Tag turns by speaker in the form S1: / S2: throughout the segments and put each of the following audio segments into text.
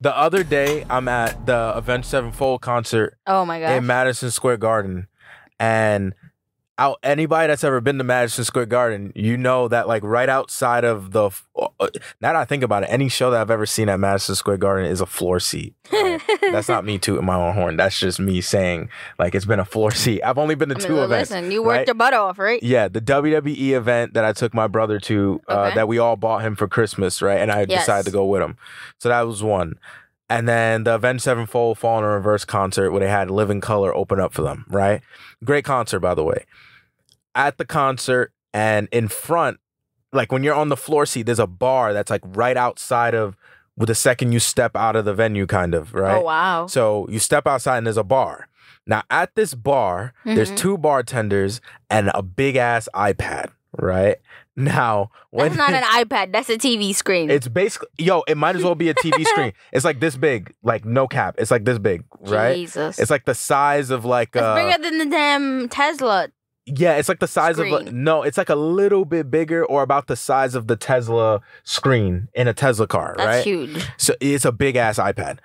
S1: The other day, I'm at the Avenged Sevenfold concert
S2: Oh my
S1: in
S2: gosh.
S1: Madison Square Garden, and out anybody that's ever been to Madison Square Garden, you know that like right outside of the f- uh, now that I think about it, any show that I've ever seen at Madison Square Garden is a floor seat. right? that's not me tooting my own horn. That's just me saying like it's been a floor seat. I've only been to
S2: I mean,
S1: two
S2: li-
S1: events.
S2: listen, you worked
S1: right?
S2: your butt off, right?
S1: Yeah, the WWE event that I took my brother to, uh,
S2: Okay.
S1: that we all bought him for Christmas, right? And I
S2: Yes.
S1: decided to go with him. So that was one. And then the Avenged Sevenfold Fall in Reverse concert where they had Living Color open up for them, right? Great concert, by the way. At the concert and in front, like when you're on the floor seat, there's a bar that's like right outside of with the second you step out of the venue, kind of, right?
S2: Oh wow.
S1: So you step outside and there's a bar. Now at this bar, there's
S2: Mhm.
S1: two bartenders and a big ass iPad, right? Now when
S2: that's not an iPad. That's a TV screen.
S1: it's basically yo, it might as well be a TV screen. It's like this big, like no cap. It's like this big, right?
S2: Jesus.
S1: It's like the size of like
S2: It's
S1: uh
S2: bigger than the damn Tesla.
S1: yeah, it's like the size of a,
S2: Screen.
S1: no, it's like a little bit bigger or about the size of the Tesla screen in a Tesla car,
S2: That's
S1: right?
S2: huge.
S1: So it's a big ass iPad.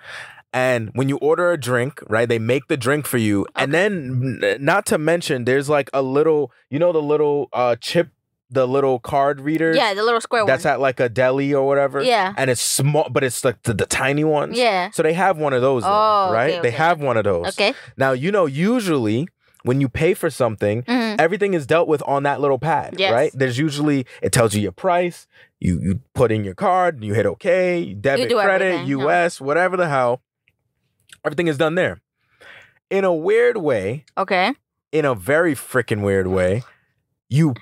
S1: And when you order a drink, right, they make the drink for you. And then, n- not to mention, there's like a little, you know, the little uh, chip, the little card reader.
S2: Yeah, the little square
S1: That's
S2: one.
S1: at like a deli or whatever.
S2: Yeah.
S1: And it's small, but it's like the, the tiny ones.
S2: Yeah.
S1: So they have one of those, there,
S2: Oh, okay,
S1: right? They
S2: okay.
S1: have one of those.
S2: Okay.
S1: Now, you know, usually when you pay for something,
S2: Mhm.
S1: everything is dealt with on that little pad,
S2: Yes.
S1: right? There's usually it tells you your price, you you put in your card, you hit okay, you debit,
S2: do
S1: credit,
S2: everything, yeah.
S1: US, whatever the hell. Everything is done there. In a weird way,
S2: Okay.
S1: in a very freaking weird way, you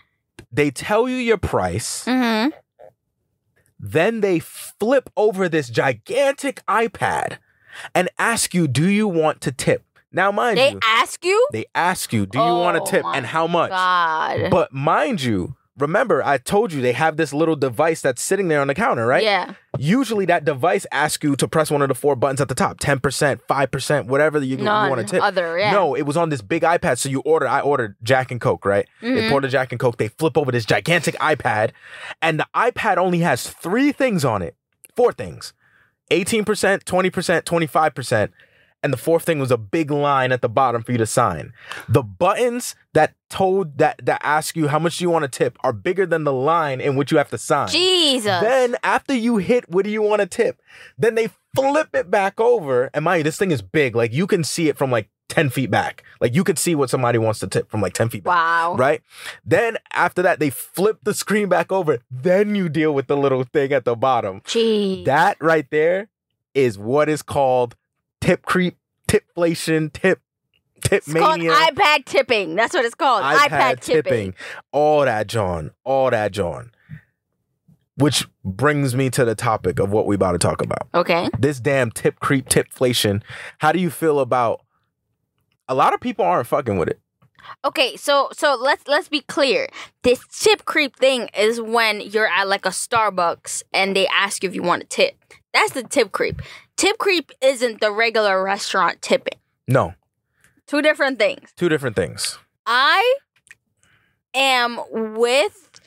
S1: they tell you your price,
S2: hmm
S1: then they flip over this gigantic iPad and ask you, "Do you want to tip?" Now, mind
S2: They
S1: you,
S2: ask you.
S1: they ask you, "Do you want
S2: Oh
S1: to tip?"
S2: my
S1: and how much?
S2: God.
S1: But mind you, remember I told you they have this little device that's sitting there on the counter, right?
S2: Yeah.
S1: Usually that device asks you to press one of the four buttons at the top, 10%, 5%, whatever you, you
S2: None
S1: want to tip.
S2: other. Yeah.
S1: No, it was on this big iPad. So you ordered, I ordered Jack and Coke, right? They
S2: Mhm.
S1: poured a Jack and Coke. They flip over this gigantic iPad, and the iPad only has three things on it. Four things. 18%, 20%, 25%. And the fourth thing was a big line at the bottom for you to sign. The buttons that told that that ask you how much you want to tip are bigger than the line in which you have to sign.
S2: Jesus.
S1: Then after you hit what do you want to tip, then they flip it back over. And mind you, this thing is big. Like you can see it from like 10 feet back. Like you could see what somebody wants to tip from like 10 feet back
S2: wow.
S1: right? Then after that, they flip the screen back over. Then you deal with the little thing at the bottom.
S2: Jeez.
S1: That right there is what is called tip creep, tipflation, tip, tip
S2: it's called
S1: mania,
S2: iPad tipping. That's what it's called. iPad, tipping.
S1: all that, John, all that, John. Which brings me to the topic of what we about to talk about.
S2: Okay.
S1: This damn tip creep, tipflation. How do you feel about? A lot of people aren't fucking with it.
S2: Okay, so so let's let's be clear. This tip creep thing is when you're at like a Starbucks and they ask you if you want a tip. That's the tip creep. Tip creep isn't the regular restaurant tipping.
S1: No,
S2: Two different things.
S1: two different things.
S2: I am with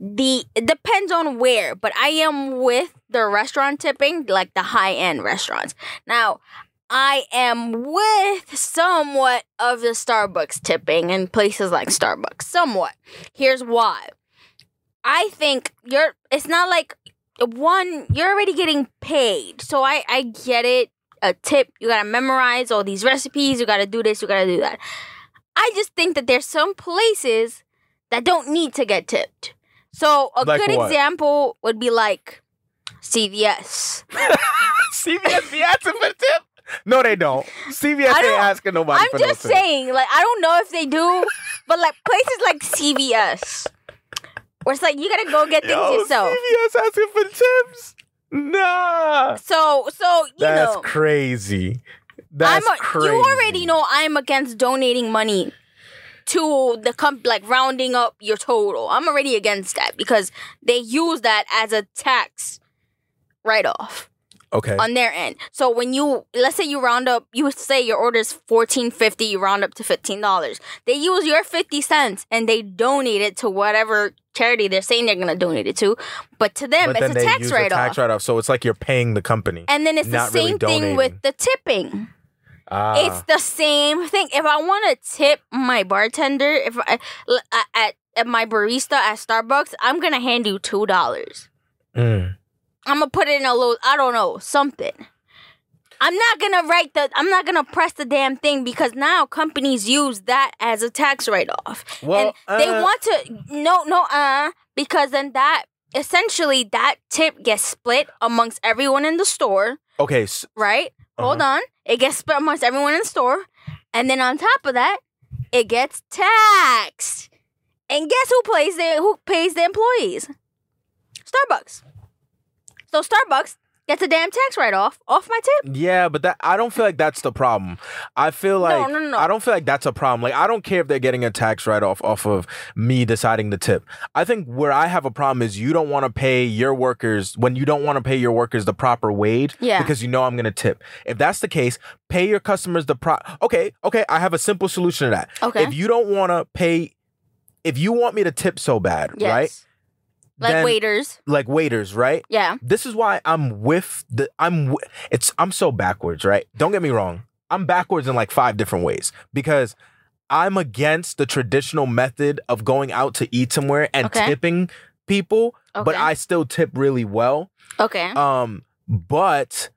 S2: the it depends on where, but I am with the restaurant tipping, like the high end restaurants. Now, I am with somewhat of the Starbucks tipping in places like Starbucks. Somewhat. Here's why. I think you're it's not like one, you're already getting paid. So I, I get it. A tip, you gotta memorize all these recipes, you gotta do this, you gotta do that. I just think that there's some places that don't need to get tipped. So a
S1: Like
S2: good
S1: what?
S2: example would be like CVS.
S1: CVS be asking for the tip? No, they don't. CVS
S2: I
S1: ain't
S2: don't-
S1: asking nobody
S2: I'm
S1: for no
S2: just
S1: tip.
S2: saying, like, I don't know if they do, but like places like CVS, where it's like you gotta go get things
S1: Yo,
S2: yourself.
S1: CVS asking for tips? Nah.
S2: So, so you
S1: That's
S2: know,
S1: crazy. That's
S2: I'm a,
S1: crazy.
S2: you already know I'm against donating money to the comp, like rounding up your total. I'm already against that because they use that as a tax write off.
S1: Okay.
S2: on their end. So when you let's say you round up, you would say your order is fourteen fifty, you round up to fifteen dollars. They use your fifty cents and they donate it to whatever charity they're saying they're gonna donate it to. But to them,
S1: but then
S2: it's a
S1: they
S2: tax
S1: use the
S2: write
S1: tax
S2: off.
S1: write off, so it's like you're paying the company.
S2: And then it's the
S1: not really
S2: same thing
S1: donating.
S2: with the tipping.
S1: Ah,
S2: It's the same thing. If I want to tip my bartender, if I l- a- at, at my barista at Starbucks, I'm gonna hand you two dollars.
S1: mm.
S2: I'm gonna put it in a little, I don't know, something. I'm not gonna write the, I'm not gonna press the damn thing because now companies use that as a tax write off.
S1: well,
S2: and they
S1: uh,
S2: want to, no, no, uh, because then that, essentially, that tip gets split amongst everyone in the store,
S1: okay. s-
S2: right? Hold
S1: Uh-huh.
S2: on. It gets split amongst everyone in the store. And then on top of that, it gets taxed. And guess who plays the who pays the employees? Starbucks. So Starbucks gets a damn tax write off off my tip.
S1: Yeah, but that I don't feel like that's the problem. I feel like
S2: no, no, no.
S1: I don't feel like that's a problem. Like I don't care if they're getting a tax write off off of me deciding the tip. I think where I have a problem is you don't want to pay your workers when you don't want to pay your workers the proper wage
S2: Yeah.
S1: because you know I'm going to tip. If that's the case, pay your customers the pro Okay, okay, I have a simple solution to that.
S2: Okay.
S1: If you don't want to pay if you want me to tip so bad,
S2: yes.
S1: right?
S2: Like
S1: Then-
S2: waiters.
S1: Like waiters, right?
S2: Yeah.
S1: this is why I'm with the I'm wi- it's I'm so backwards, right? Don't get me wrong. I'm backwards in like five different ways because I'm against the traditional method of going out to eat somewhere and
S2: Okay.
S1: tipping people,
S2: Okay. Mm-hmm.
S1: but I still tip really well.
S2: Okay.
S1: Um, but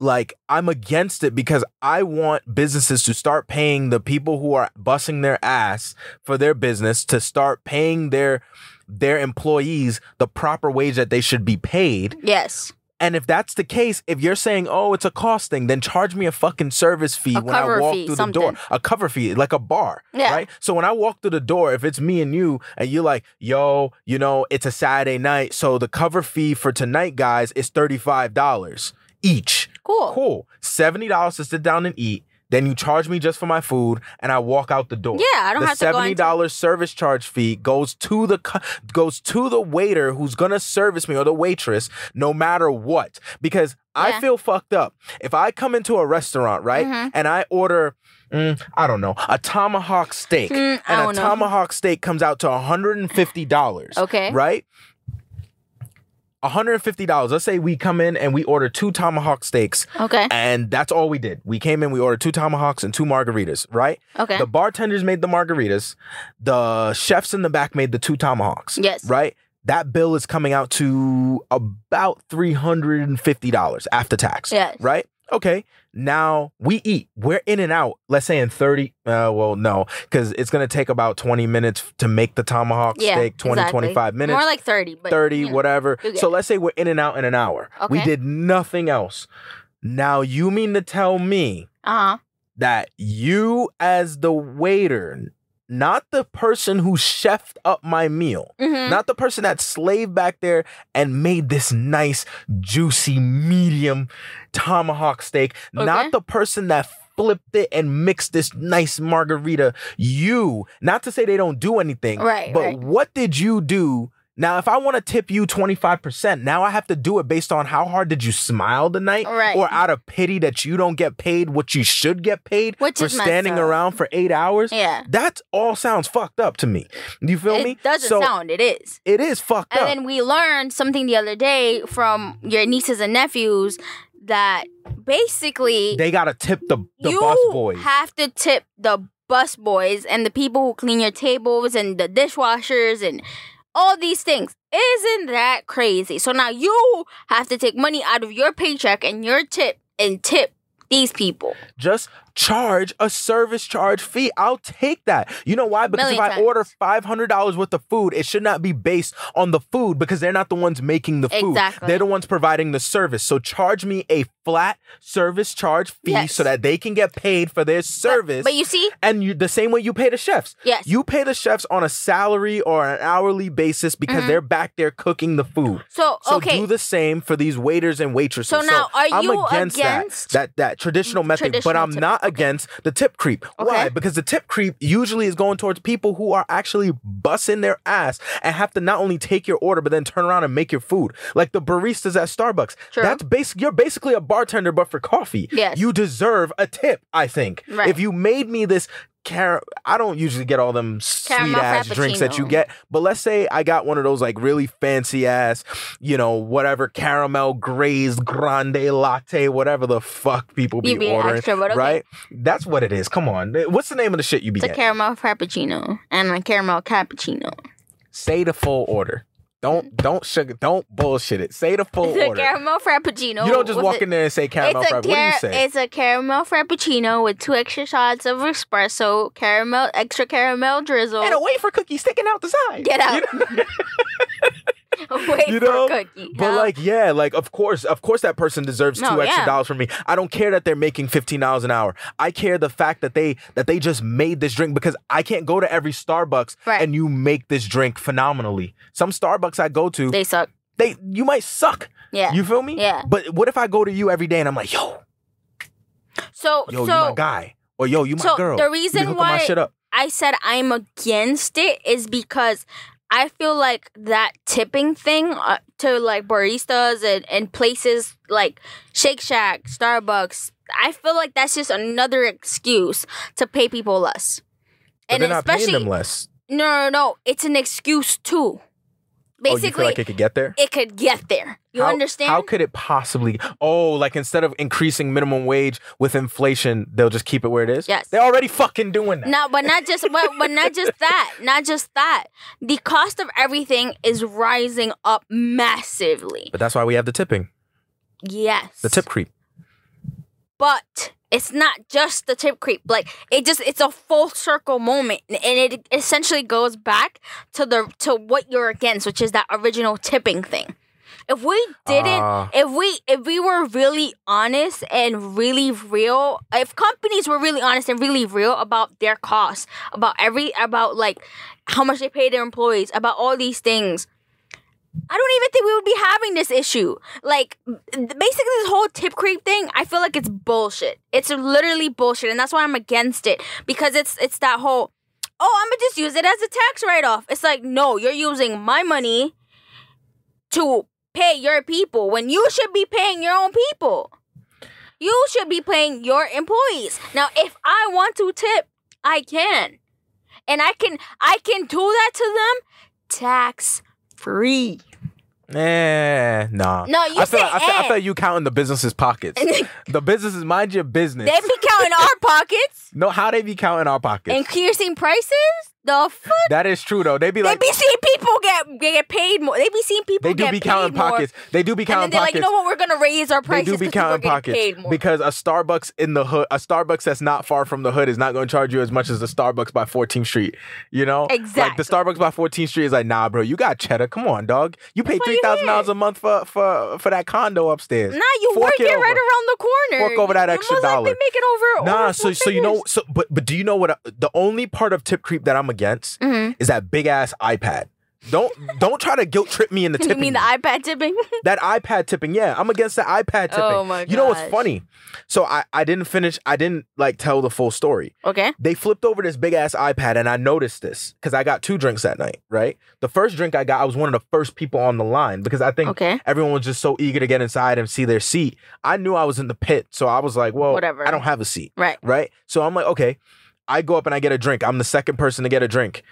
S1: like I'm against it because I want businesses to start paying the people who are bussing their ass for their business to start paying their their employees the proper wage that they should be paid
S2: yes.
S1: and if that's the case, if you're saying, "Oh, it's a cost thing," then charge me a fucking service fee
S2: A
S1: when I
S2: cover
S1: walk
S2: fee,
S1: through
S2: something.
S1: the door. A cover fee, like a bar,
S2: Yeah.
S1: right? So when I walk through the door, if it's me and you, and you're like, "Yo, you know, it's a Saturday night, so the cover fee for tonight, guys, is thirty five dollars each."
S2: Cool.
S1: Cool, seventy dollars to sit down and eat. Then you charge me just for my food, and I walk out the door.
S2: Yeah, I don't
S1: the
S2: have to go
S1: seventy
S2: into
S1: dollars service charge fee goes to the cu- goes to the waiter who's gonna service me or the waitress, no matter what. Because
S2: Yeah.
S1: I feel fucked up if I come into a restaurant, right,
S2: Mhm.
S1: and I order, mm, I don't know, a tomahawk steak,
S2: Mm, I
S1: and
S2: don't
S1: a
S2: know.
S1: tomahawk steak comes out to one hundred and fifty dollars.
S2: Okay.
S1: right. $150. Let's say we come in and we order two tomahawk steaks
S2: Okay.
S1: and that's all we did. We came in, we ordered two tomahawks and two margaritas, right?
S2: Okay.
S1: The bartenders made the margaritas. The chefs in the back made the two tomahawks.
S2: Yes.
S1: Right? That bill is coming out to about $350 after tax.
S2: Yes.
S1: Right? Okay. Now we eat. We're in and out, let's say in 30. Uh, well, no, because it's going to take about 20 minutes to make the tomahawk
S2: Yeah,
S1: steak, 20,
S2: exactly.
S1: 25 minutes.
S2: More like thirty, but
S1: 30,
S2: you know.
S1: whatever.
S2: you get
S1: So let's say we're in and out in an hour. We
S2: Okay.
S1: did nothing else. Now you mean to tell me
S2: Uh-huh.
S1: that you as the waiter, not the person who chefed up my meal,
S2: hmm
S1: not the person that slaved back there and made this nice, juicy, medium tomahawk steak,
S2: Okay.
S1: not the person that flipped it and mixed this nice margarita. You, not to say they don't do anything,
S2: Right,
S1: but
S2: right.
S1: what did you do? Now, if I want to tip you 25%, now I have to do it based on how hard did you smile tonight
S2: Right.
S1: or out of pity that you don't get paid what you should get paid
S2: Which
S1: for
S2: is messed
S1: standing
S2: up.
S1: around for eight hours.
S2: Yeah.
S1: That all sounds fucked up to me. You feel me?
S2: It doesn't
S1: so
S2: sound. It is.
S1: it is fucked
S2: And
S1: up.
S2: then we learned something the other day from your nieces and nephews that basically
S1: they gotta tip the, the
S2: you
S1: bus boys.
S2: have to tip the bus boys and the people who clean your tables and the dishwashers and all these things. Isn't that crazy? So now you have to take money out of your paycheck and your tip and tip these people.
S1: Just charge a service charge fee. I'll take that. You know why? Because if
S2: Million
S1: I
S2: times.
S1: order five hundred dollars worth of food, it should not be based on the food because they're not the ones making the food.
S2: Exactly.
S1: They're the ones providing the service. So charge me a flat service charge fee
S2: Yes.
S1: so that they can get paid for their service.
S2: But you see,
S1: and you the same way you pay the chefs.
S2: Yes.
S1: You pay the chefs on a salary or an hourly basis because
S2: Mm-hmm.
S1: they're back there cooking the food.
S2: so,
S1: So
S2: Oh, okay.
S1: do the same for these waiters and waitresses.
S2: So now, are
S1: I'm
S2: you
S1: against, that-
S2: against
S1: that that traditional method?
S2: traditional
S1: but I'm
S2: tipping?
S1: not against the tip creep. Why?
S2: Okay.
S1: Because the tip creep usually is going towards people who are actually bussing their ass and have to not only take your order but then turn around and make your food. Like the baristas at Starbucks.
S2: True.
S1: That's basic. You're basically a bartender, but for coffee.
S2: Yes.
S1: You deserve a tip. I think.
S2: Right.
S1: If you made me this. Car- I don't usually get all them sweet
S2: Caramel
S1: ass drinks that you
S2: frappuccino.
S1: get, Eh, but let's say I got one of those like really fancy ass, you know, whatever caramel glazed grande latte, whatever the fuck people be
S2: You being
S1: ordering,
S2: extra, but okay.
S1: right? That's what it is. Come on, Eh, what's the name of the shit you be
S2: It's a
S1: getting?
S2: caramel frappuccino and a caramel cappuccino.
S1: Say the full order. Don't don't sugar. Don't bullshit it. Say the full
S2: It's a
S1: order.
S2: caramel frappuccino.
S1: you don't just
S2: with
S1: walk
S2: a-
S1: in there and say caramel
S2: it's a
S1: frappe. What do you
S2: car-
S1: say?
S2: It's a caramel frappuccino with two extra shots of espresso, caramel, extra caramel drizzle,
S1: And a wafer cookie sticking out the side.
S2: Get out.
S1: You know?
S2: wait
S1: you
S2: for
S1: know,
S2: cookie.
S1: But
S2: huh?
S1: like, yeah, like of course, of course, that person deserves
S2: No,
S1: two extra
S2: yeah.
S1: dollars from me. I don't care that they're making fifteen dollars an hour. I care the fact that they that they just made this drink because I can't go to every Starbucks
S2: Right.
S1: and you make this drink phenomenally. Some Starbucks I go to, they,
S2: they suck.
S1: you might suck.
S2: Yeah.
S1: You feel me?
S2: Yeah.
S1: But what if I go to you every day and I'm like, yo,
S2: so
S1: yo, you
S2: so
S1: my guy, or yo, you my
S2: so
S1: girl.
S2: the
S1: You been
S2: reason
S1: hooking my
S2: why
S1: shit up.
S2: I said I'm against it is because I feel like that tipping thing uh, to like baristas and, and places like Shake Shack, Starbucks, I feel like that's just another excuse to pay people less.
S1: But
S2: and
S1: they're not paying
S2: especially
S1: them less.
S2: no no no, it's an excuse too.
S1: Oh, you
S2: Basically,
S1: feel like it could get there?
S2: it could get there. You
S1: How-
S2: understand?
S1: How could it possibly? Oh, like instead of increasing minimum wage with inflation, they'll just keep it where it is.
S2: Yes.
S1: they're already fucking doing that.
S2: No, but not just but, but not just that. Not just that. The cost of everything is rising up massively.
S1: But that's why we have the tipping,
S2: Yes.
S1: the tip creep.
S2: But it's not just the tip creep. Like it just it's a full circle moment and it essentially goes back to the to what you're against, which is that original tipping thing. If we didn't
S1: Ah.
S2: if we if we were really honest and really real, if companies were really honest and really real about their costs, about every about like how much they pay their employees, about all these things, I don't even think we would be having this issue. Like, th- basically, this whole tip creep thing, I feel like it's bullshit. It's literally bullshit, and that's why I'm against it because it's it's that whole, oh, I'm gonna just use it as a tax write off. It's like, no, you're using my money to pay your people when you should be paying your own people. You should be paying your employees. Now, if I want to tip, I can, and I can I can do that to them tax free.
S1: Eh, nah.
S2: No, you
S1: I feel,
S2: said
S1: I, feel, I
S2: eh.
S1: feel you counting the businesses' pockets. the businesses mind your business.
S2: They be counting our pockets
S1: no, how they be counting our pockets?
S2: increasing prices. The fuck?
S1: that is true though. They be
S2: They
S1: like
S2: be seeing people get get paid more. They be seeing people
S1: they do
S2: get
S1: be counting
S2: paid more.
S1: pockets. They do be
S2: And then
S1: counting
S2: they're like,
S1: pockets.
S2: you know what? We're gonna raise our
S1: they
S2: prices.
S1: do be
S2: 'cause people are
S1: counting
S2: getting
S1: pockets
S2: Paid more.
S1: because a Starbucks in the hood, a Starbucks that's not far from the hood, is not going to charge you as much as the Starbucks by 14th Street. You know, Like the
S2: Exactly.
S1: Starbucks by 14th Street is like, nah, bro, you got cheddar. Come on, dog. You pay
S2: why
S1: three
S2: you
S1: thousand dollars
S2: here.
S1: a month for for for that condo upstairs.
S2: nah, you
S1: Fork
S2: working
S1: it
S2: right
S1: over.
S2: around the corner.
S1: Fork over that
S2: You
S1: extra
S2: most likely
S1: dollar.
S2: Make it over.
S1: Nah,
S2: over
S1: so
S2: four
S1: so you know so but but do you know what I- the only part of tip creep that I'm against
S2: Mhm.
S1: is that big ass iPad. Don't don't try to guilt trip me into
S2: figures.
S1: tipping.
S2: You mean the iPad tipping?
S1: that iPad tipping. Yeah, I'm against the iPad tipping.
S2: Oh my
S1: You know what's
S2: gosh.
S1: funny? So I I didn't finish. I didn't like tell the full story.
S2: okay.
S1: They flipped over this big ass iPad, and I noticed this because I got two drinks that night. Right, the first drink I got, I was one of the first people on the line because I think
S2: Okay.
S1: everyone was just so eager to get inside and see their seat. I knew I was in the pit, so I was like, well,
S2: Whatever.
S1: I don't have a seat
S2: Right.
S1: right? So I'm like, okay, I go up and I get a drink. I'm the second person to get a drink.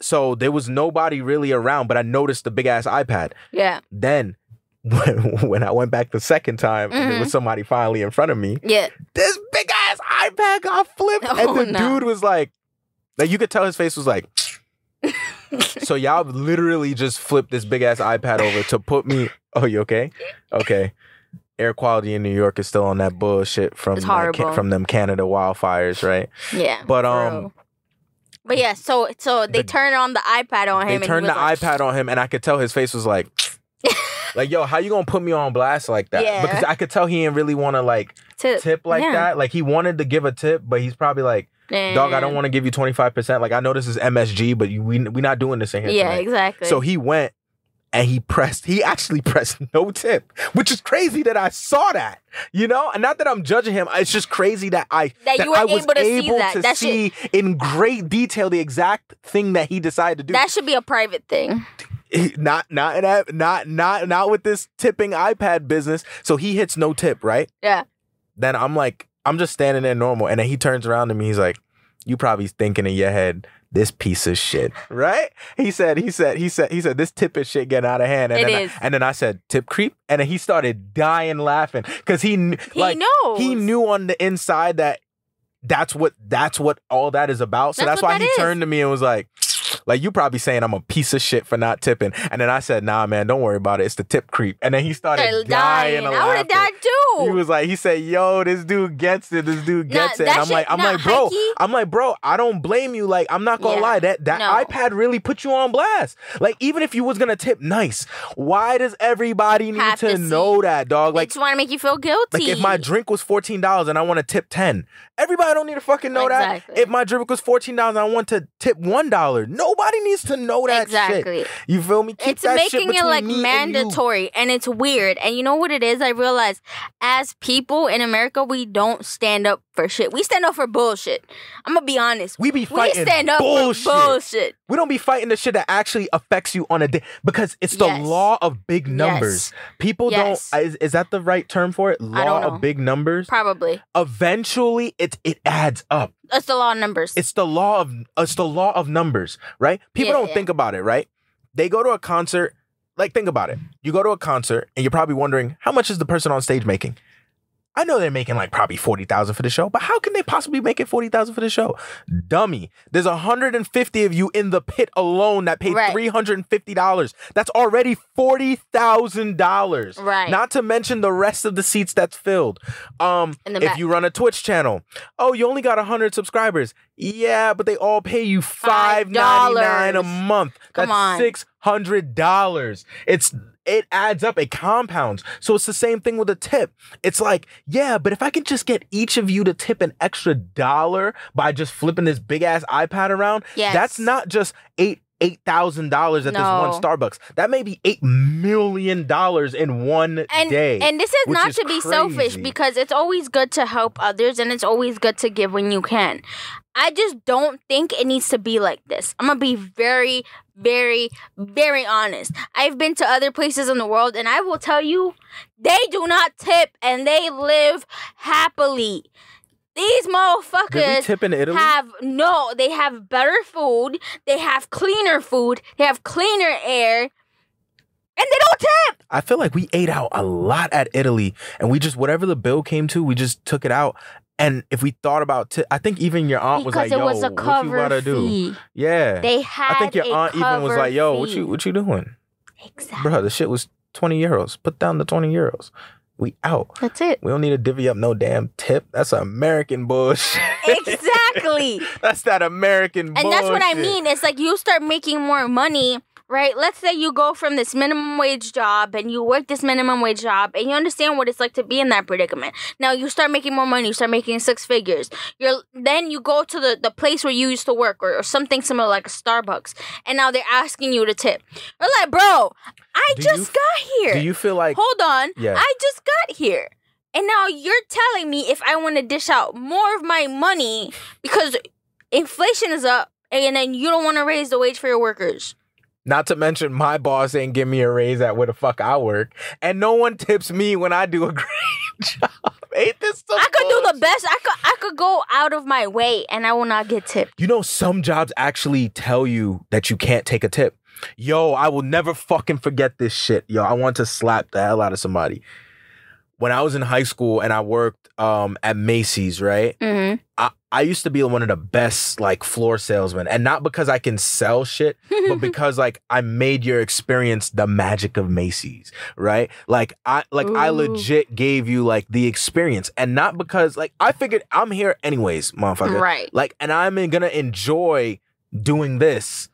S1: So there was nobody really around, but I noticed the big ass iPad.
S2: Yeah.
S1: Then when, when I went back the second time and there
S2: Mhm.
S1: was somebody finally in front of me,
S2: Yeah.
S1: this big ass iPad got flipped. and
S2: Oh,
S1: the
S2: no.
S1: dude was like, like you could tell his face was like, so y'all literally just flipped this big ass iPad over to put me. Oh, you okay? Okay. Air quality in New York is still on that bullshit from that
S2: It's
S1: Ca-
S2: horrible.
S1: from them Canada wildfires, right?
S2: Yeah.
S1: But,
S2: for
S1: um,
S2: real. But yeah, so so they
S1: the-
S2: turn on the iPad on him.
S1: They
S2: and
S1: turned
S2: he
S1: the
S2: was like,
S1: iPad on him, and I could tell his face was like, like, yo, how you gonna put me on blast like that?
S2: Yeah.
S1: Because I could tell he didn't really want to like
S2: to,
S1: tip like
S2: Yeah.
S1: that. Like he wanted to give a tip, but he's probably like, dog, I don't want to give you twenty five percent. Like I know this is MSG, but you, we we not doing this in here.
S2: Yeah,
S1: tonight."
S2: exactly.
S1: So he went and he pressed he actually pressed no tip which is crazy that i saw that you know and not that i'm judging him it's just crazy that i
S2: That you were
S1: I was
S2: able to see
S1: able
S2: that.
S1: to
S2: That
S1: see
S2: shit-
S1: in great detail the exact thing that he decided to do
S2: That should be a private thing.
S1: not not in that- not not not with this tipping ipad business so he hits no tip right
S2: Yeah.
S1: then i'm like i'm just standing there normal and then he turns around to me he's like you probably thinking in your head this piece of shit, right? He said, he said, he said, he said, this tip is shit getting out of hand. And
S2: It
S1: then
S2: is.
S1: I, and then I said, tip creep. And then he started dying laughing. Cause he, kn-
S2: He
S1: like,
S2: knows.
S1: he knew on the inside that that's what that's what all that is about. So
S2: That's
S1: that's,
S2: what
S1: why
S2: that
S1: he
S2: is.
S1: turned to me and was like, like you probably saying I'm a piece of shit for not tipping. And then I said, nah, man, don't worry about it. It's the tip creep. And then he started
S2: They're
S1: dying.
S2: dying. I would have died too.
S1: He was like, he said, yo, this dude gets it. This dude
S2: Nah,
S1: gets it.
S2: that
S1: And I'm
S2: shit-
S1: like, I'm
S2: nah,
S1: like, bro,
S2: Hikey.
S1: I'm like, bro, I don't blame you. Like, I'm not gonna
S2: Yeah.
S1: lie, that that
S2: No.
S1: iPad really put you on blast. Like, even if you was gonna tip nice, why does everybody need
S2: Have to see.
S1: know that, dog?
S2: they
S1: Like,
S2: just want to make you feel guilty.
S1: like if my drink was fourteen dollars and I want to tip ten, everybody don't need to fucking know that.
S2: Exactly.
S1: If my drink was fourteen dollars and I want to tip one dollar, nobody needs to know that shit.
S2: exactly.
S1: You feel me? Keep
S2: it's
S1: that shit
S2: making it
S1: between
S2: like
S1: me and you.
S2: mandatory and, it's weird. And you know what it is? I realize as people in America, we don't stand up for shit. We stand up for bullshit. I'm gonna be honest.
S1: We be
S2: We
S1: fighting
S2: stand up
S1: bullshit.
S2: for bullshit.
S1: We don't be fighting the shit that actually affects you on a day because it's the
S2: Yes.
S1: law of big numbers. People
S2: Yes.
S1: don't. Is, is that the right term for it? Law
S2: I don't know.
S1: of big numbers.
S2: Probably.
S1: Eventually, it it adds up.
S2: That's the law of numbers.
S1: it's the law of it's the law of numbers, right? People
S2: Yeah,
S1: don't
S2: yeah.
S1: think about it, right? They go to a concert, like think about it. You go to a concert and you're probably wondering how much is the person on stage making? I know they're making like probably 40,000 for the show, but how can they possibly make it 40,000 for the show? Dummy. There's 150 of you in the pit alone that paid
S2: Right.
S1: $350. That's already $40,000.
S2: Right.
S1: Not to mention the rest of the seats that's filled. Um
S2: In the
S1: if
S2: back.
S1: you run a Twitch channel, oh, you only got 100 subscribers. Yeah, but they all pay you
S2: Five
S1: $5.99 a
S2: dollars.
S1: month.
S2: Come on.
S1: That's $600. It's it adds up, it compounds. So it's the same thing with a tip. It's like, yeah, but if I can just get each of you to tip an extra dollar by just flipping this big ass iPad around,
S2: Yes.
S1: that's not just 8 Eight thousand dollars at
S2: No.
S1: this one Starbucks. That may be eight million dollars in one
S2: and
S1: day.
S2: and this is
S1: which
S2: not
S1: is
S2: to be selfish
S1: crazy.
S2: because it's always good to help others and it's always good to give when you can. I just don't think it needs to be like this. I'm gonna be very, very, very honest. I've been to other places in the world and I will tell you, they do not tip and they live happily. These
S1: Did we
S2: motherfuckers
S1: tip in Italy?
S2: have no they have better food they have cleaner food they have cleaner air and they don't tip
S1: I feel like we ate out a lot at Italy, and we just whatever the bill came to, we just took it out. And if we thought about, ti- I think even your aunt was
S2: because
S1: like,
S2: it
S1: "Yo,
S2: was a
S1: what you
S2: cover
S1: about to do?"
S2: fee
S1: Yeah,
S2: they had
S1: I think your
S2: a
S1: aunt even was
S2: cover
S1: like, "Yo, what
S2: fee.
S1: you what you doing,
S2: exactly
S1: bro? The shit was twenty euros. Put down the twenty euros. We out.
S2: that's it
S1: We don't need to divvy up no damn tip. That's American bullshit.
S2: exactly
S1: that's that American.
S2: and that's what i mean it's like you start making more money right let's say you go from this minimum wage job and you work this minimum wage job and you understand what it's like to be in that predicament now you start making more money you start making six figures you're then you go to the, the place where you used to work or, or something similar like a starbucks and now they're asking you to tip they're like bro i
S1: Do you
S2: just
S1: f-
S2: got here
S1: Do you feel like
S2: hold on
S1: Yeah.
S2: i just got here and now you're telling me if i want to dish out more of my money because inflation is up and then you don't want to raise the wage for your workers
S1: Not to mention my boss ain't give me a raise at where the fuck I work, and no one tips me when I do a great job. Ain't this some
S2: i could do the
S1: bullshit?
S2: best i could i could go out of my way and i will not get tipped
S1: You know, some jobs actually tell you that you can't take a tip. Yo, I will never fucking forget this shit. Yo, I want to slap the hell out of somebody. When I was in high school and I worked um, at Macy's, right?
S2: mm-hmm.
S1: I, I used to be one of the best like floor salesmen, and not because I can sell shit, but because like I made your experience the magic of Macy's, right? Like I like I
S2: Ooh.
S1: legit gave you like the experience, and not because like I figured I'm here anyways, motherfucker.
S2: right
S1: Like, and I'm in- gonna enjoy doing this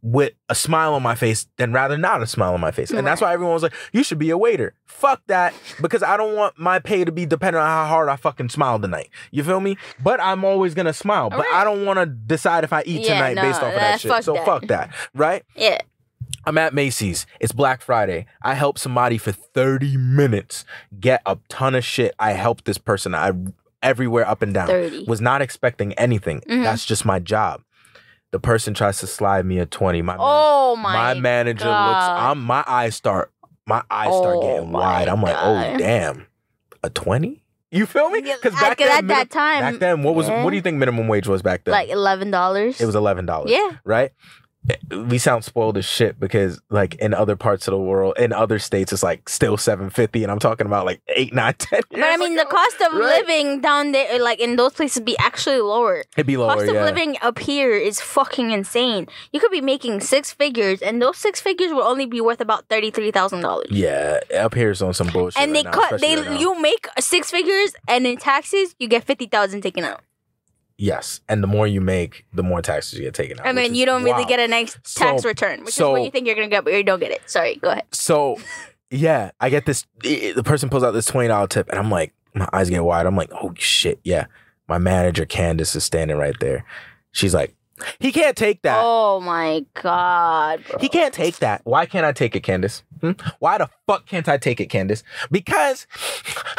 S1: with a smile on my face than rather not a smile on my face. And that's
S2: Right.
S1: why everyone was like, you should be a waiter. Fuck that. Because I don't want my pay to be dependent on how hard I fucking smile tonight. You feel me? But I'm always gonna smile. But
S2: Right.
S1: I don't wanna decide if I eat
S2: Yeah,
S1: tonight
S2: no,
S1: based off of
S2: uh,
S1: that shit.
S2: fuck
S1: so
S2: that.
S1: fuck that. Right?
S2: yeah
S1: I'm at Macy's. It's Black Friday. I help somebody for 30 minutes get a ton of shit. I helped this person. I everywhere up and down.
S2: 30.
S1: Was not expecting anything.
S2: Mhm.
S1: That's just my job. The person tries to slide me a 20. My
S2: oh
S1: man-
S2: my.
S1: my manager looks
S2: God.
S1: I'm my eyes start my eyes
S2: Oh
S1: start getting
S2: my
S1: wide. I'm like,
S2: God.
S1: "Oh damn. A 20?" You feel me?
S2: Yeah,
S1: Cuz
S2: I-
S1: back
S2: 'cause
S1: then,
S2: at that time,
S1: back then what was
S2: yeah.
S1: what do you think minimum wage was back then?
S2: like eleven dollars.
S1: it was $11
S2: Yeah.
S1: right? We sound spoiled as shit because like in other parts of the world, in other states, it's like still seven fifty, and I'm talking about like eight, nine, ten.
S2: But I
S1: years
S2: mean,
S1: ago.
S2: the cost of
S1: Right.
S2: living down there, like in those places, be actually lower.
S1: it'd be lower.
S2: cost of
S1: yeah.
S2: living up here is fucking insane. You could be making six figures, and those six figures would only be worth about thirty three thousand dollars.
S1: yeah, up here is on some bullshit.
S2: And
S1: right
S2: they
S1: now,
S2: cut
S1: especially
S2: they
S1: right now.
S2: you make six figures, and in taxes you get fifty thousand taken out,
S1: yes, and the more you make, the more taxes you get taken out.
S2: and then you don't really get
S1: it.
S2: a nice
S1: So-
S2: tax return, which is
S1: so-
S2: what you think you're gonna get, but you don't get it. Sorry, go ahead.
S1: So, yeah, I get this. The person pulls out this twenty dollar tip, and I'm like, my eyes get wide. I'm like, oh shit, yeah. My manager Candace is standing right there. She's like, he can't take that.
S2: Oh my god, bro.
S1: He can't take that. Why can't I take it, Candace? Hmm? Why the fuck can't I take it, Candace? Because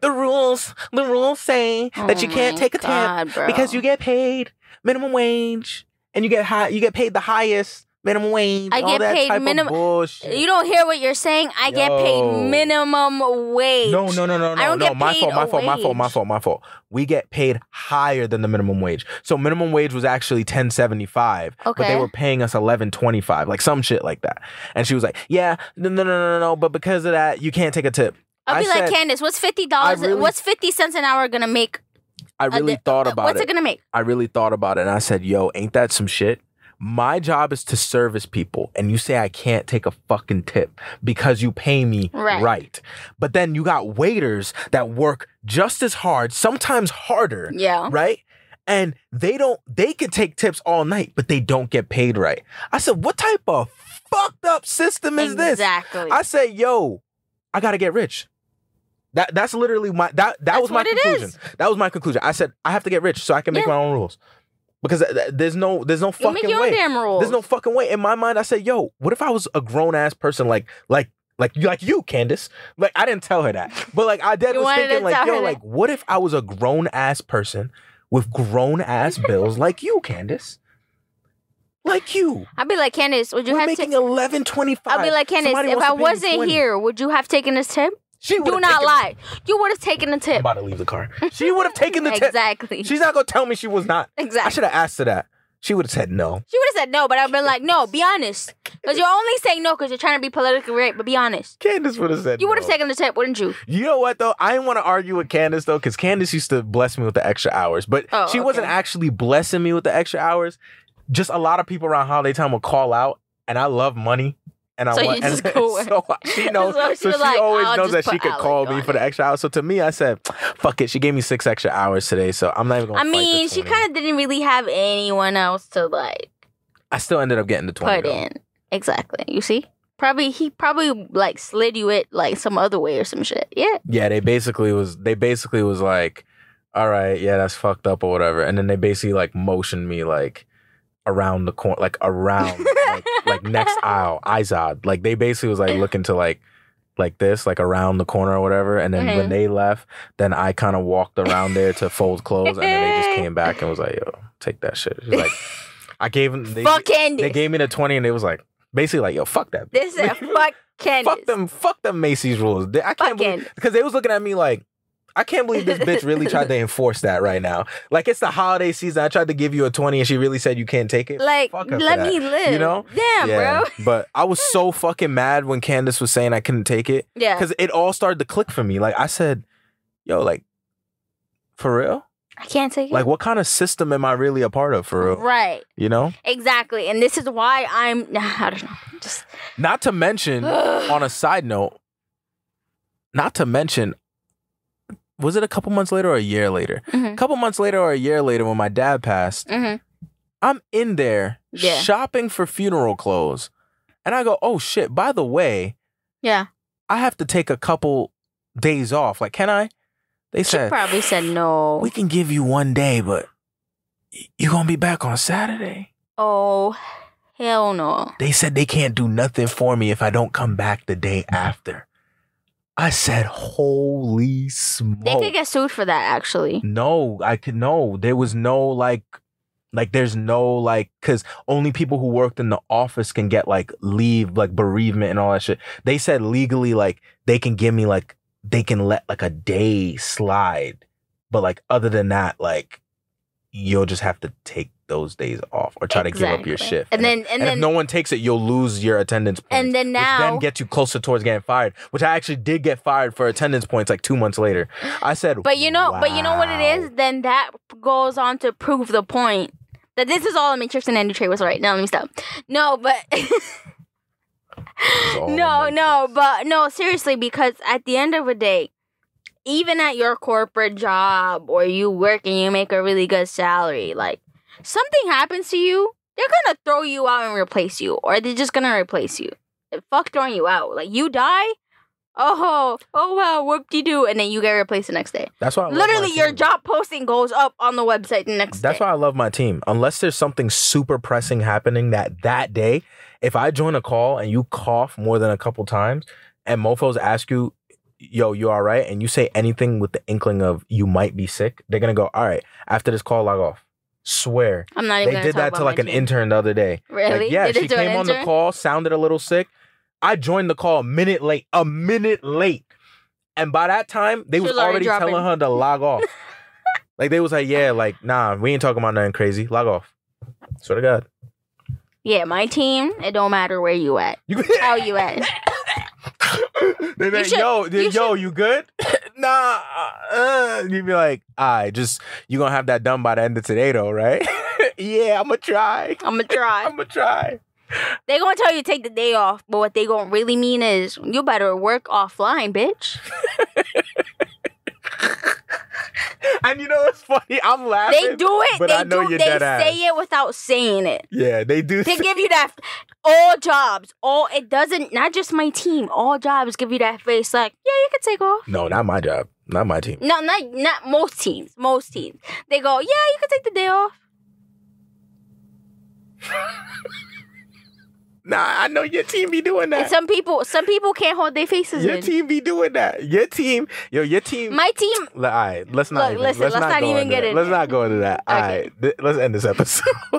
S1: the rules, the rules say that you
S2: Oh
S1: can't
S2: my
S1: take a tip
S2: God, bro.
S1: because you get paid minimum wage and you get high, you get paid the highest minimum wage.
S2: I
S1: and all
S2: get
S1: that
S2: paid
S1: type of
S2: minim-
S1: bullshit.
S2: You don't hear what you're saying. I get
S1: Yo.
S2: paid minimum wage.
S1: No, no, no, no,
S2: I
S1: no,
S2: don't
S1: no.
S2: get
S1: My
S2: paid
S1: fault, my
S2: a
S1: fault, my fault, my
S2: wage.
S1: fault, my fault. We get paid higher than the minimum wage. So minimum wage was actually ten seventy five, but
S2: Okay.
S1: they were paying us eleven twenty five, like some shit like that. And she was like, "Yeah, no, no, no, no, no, but because of that, you can't take a tip."
S2: I'll
S1: I
S2: be like,
S1: said-
S2: Candace, what's fifty dollars?
S1: I really-
S2: what's fifty cents an hour gonna make?
S1: I
S2: a
S1: really
S2: di-
S1: thought
S2: uh,
S1: about
S2: What's
S1: it.
S2: it gonna make?
S1: I really thought about it, and I said, "Yo, ain't that some shit?" My job is to service people, and you say I can't take a fucking tip because you pay me
S2: Right.
S1: But then you got waiters that work just as hard, sometimes harder,
S2: Yeah.
S1: right? And they don't they could take tips all night, but they don't get paid right. I said, what type of fucked up system is this?
S2: exactly.
S1: I said, yo, I gotta get rich. That that's literally my that that was my
S2: what it is.
S1: conclusion. That was my conclusion. I said, I have to get rich so I can make
S2: Yeah.
S1: my own rules. Because th- th- there's no there's no
S2: you
S1: fucking
S2: make your
S1: way.
S2: own damn rules.
S1: There's no fucking way. In my mind, I said, "Yo, what if I was a grown ass person like like like like you, Candace? Like I didn't tell her that, but like I dead
S2: You
S1: was
S2: wanted
S1: thinking
S2: to
S1: like,
S2: tell
S1: yo,
S2: her that.
S1: like what if I was a grown ass person with grown ass bills like you, Candace? Like you,
S2: I'd be like, Candace, would you
S1: we're
S2: have
S1: making
S2: taken?
S1: eleven twenty five.
S2: I'd be like, Candace, if I wasn't here, would you have taken this tip?
S1: she
S2: Do
S1: would've
S2: not
S1: taken-
S2: lie. You would have taken the
S1: I'm
S2: tip.
S1: about to leave the car. She would have taken the tip.
S2: Exactly.
S1: She's not gonna tell me she was not. I
S2: exactly.
S1: should have asked her that. She would have said no.
S2: She would have said no, but I've been like, no, be honest. Because you're only saying no because you're trying to be politically right, but be honest.
S1: Candace would have said
S2: You would have
S1: no.
S2: taken the tip, wouldn't you?
S1: You know what though? I didn't want to argue with Candace though, because Candace used to bless me with the extra hours, but
S2: Oh,
S1: she wasn't
S2: okay.
S1: actually blessing me with the extra hours. Just a lot of people around holiday time will call out, and I love money, and I
S2: So
S1: want.
S2: you just
S1: and
S2: go with-
S1: so she knows,
S2: So
S1: so
S2: she
S1: she,
S2: was like,
S1: always
S2: "I'll
S1: knows
S2: just
S1: that she
S2: put
S1: could
S2: Alec
S1: call me
S2: on
S1: for the extra hours. So to me, I said, "Fuck it." She gave me six extra hours today, so I'm not even. gonna
S2: I
S1: fight the
S2: mean, she
S1: 20.
S2: kind of didn't really have anyone else to like
S1: I still ended up getting the twenty.
S2: put
S1: though.
S2: in. Exactly. You see? Probably he probably like slid you it like some other way or some shit. Yeah.
S1: Yeah, they basically was they basically was like, all right, yeah, that's fucked up or whatever. And then they basically like motioned me like around the corner, like around like, like next aisle, Izod. Like they basically was like looking to like like this, like around the corner or whatever. And then
S2: Mhm.
S1: when they left, then I kind of walked around there to fold clothes, and then they just came back and was like, yo, take that shit. She's like, I gave them they,
S2: fuck Candace.
S1: they gave me the twenty, and they was like basically like, yo, fuck that.
S2: this is fuck Candace.
S1: Fuck them, fuck them Macy's rules. They- I
S2: Fuck
S1: can't believe because they was looking at me like, I can't believe this bitch really tried to enforce that right now. Like it's the holiday season. I tried to give you a twenty, and she really said you can't take it.
S2: Like,
S1: Fuck her for
S2: let
S1: that.
S2: me live.
S1: You know?
S2: Damn, bro.
S1: but I was so fucking mad when Candace was saying I couldn't take it
S2: Yeah.
S1: because it all started to click for me. Like I said, yo, like for real,
S2: I can't take it.
S1: like what kind of system am I really a part of for real?
S2: Right.
S1: You know,
S2: Exactly. And this is why I'm I don't know. Just
S1: not to mention on a side note, not to mention, was it a couple months later or a year later?
S2: Mhm.
S1: A couple months later or a year later, when my dad passed,
S2: Mhm.
S1: I'm in there
S2: Yeah.
S1: shopping for funeral clothes. And I go, oh shit, by the way,
S2: Yeah.
S1: I have to take a couple days off. Like, can I? They
S2: She
S1: said,
S2: probably said no.
S1: we can give you one day, but you're going to be back on Saturday.
S2: oh Hell no.
S1: They said they can't do nothing for me if I don't come back the day after. I said, holy smoke.
S2: They could get sued for that actually.
S1: no, I could no. There was no like like there's no like cause only people who worked in the office can get like leave, like bereavement and all that shit. They said legally like they can give me like they can let like a day slide. But like other than that, like you'll just have to take those days off or try to give up your
S2: Exactly.
S1: shift.
S2: And
S1: if-
S2: then and,
S1: if
S2: then
S1: no one takes it, you'll lose your attendance points.
S2: and then now
S1: which then gets you closer towards getting fired. Which I actually did get fired for attendance points like two months later. I said,
S2: But you know, but you know what it
S1: "Wow."
S2: is. Then that goes on to prove the point that this is all a matrix and Andy Trey was right. Now let me stop. No, but
S1: It's all
S2: no,
S1: like-
S2: no, but no, seriously, because at the end of the day, even at your corporate job or you work and you make a really good salary, like something happens to you, they're gonna throw you out and replace you, or they're just gonna replace you. Fuck throwing you out. Like you die. Oh, oh well, whoop de doo, and then you get replaced the next day.
S1: That's why I love my
S2: Literally, your
S1: team.
S2: job posting goes up on the website the next
S1: That's
S2: day.
S1: why I love my team. Unless there's something super pressing happening that that day, if I join a call and you cough more than a couple times, and mofo's ask you, "Yo, you all right?" and you say anything with the inkling of you might be sick, they're gonna go, "All right." After this call, log off. Swear
S2: I'm not even.
S1: they
S2: gonna
S1: did
S2: talk
S1: that
S2: about
S1: to like
S2: my
S1: an
S2: team.
S1: intern the other day.
S2: Really?
S1: Like, yeah,
S2: They did
S1: she
S2: to an
S1: came on the
S2: intern?
S1: call, sounded a little sick. I joined the call a minute late, a minute late. And by that time, they
S2: She
S1: was,
S2: was
S1: already
S2: already
S1: telling
S2: dropping.
S1: her to log off. like they was like, yeah, like, nah, we ain't talking about nothing crazy. Log off. Swear to God.
S2: Yeah, my team. It don't matter where you at,
S1: You,
S2: how you at.
S1: they like,
S2: should-
S1: yo,
S2: you
S1: yo, you good? nah. Uh, you'd be like, I just you gonna have that done by the end of today though, right? yeah, I'ma try.
S2: I'ma try.
S1: I'ma try.
S2: they gonna tell you to take the day off, but what they gonna really mean is you better work offline, bitch.
S1: And you know what's funny? I'm laughing.
S2: They do it.
S1: but
S2: they
S1: I know
S2: do.
S1: you're
S2: They
S1: dead ass.
S2: say it without saying it.
S1: Yeah, they do.
S2: They give you that. All jobs. All it doesn't. Not just my team. All jobs give you that face. Like, yeah, you can take off.
S1: no, not my job. Not my team.
S2: No, not not most teams. Most teams. They go, yeah, you can take the day off.
S1: Nah, I know your team be doing
S2: And
S1: that.
S2: some people, some people can't hold their faces
S1: Your
S2: in.
S1: team be doing that. Your team, yo, your team.
S2: My team.
S1: All right, let's not.
S2: Look,
S1: even,
S2: listen,
S1: let's,
S2: let's
S1: not,
S2: not
S1: go
S2: even
S1: into
S2: get
S1: that.
S2: in
S1: Let's
S2: there.
S1: not go into that. All
S2: Okay.
S1: right, th- let's end this episode.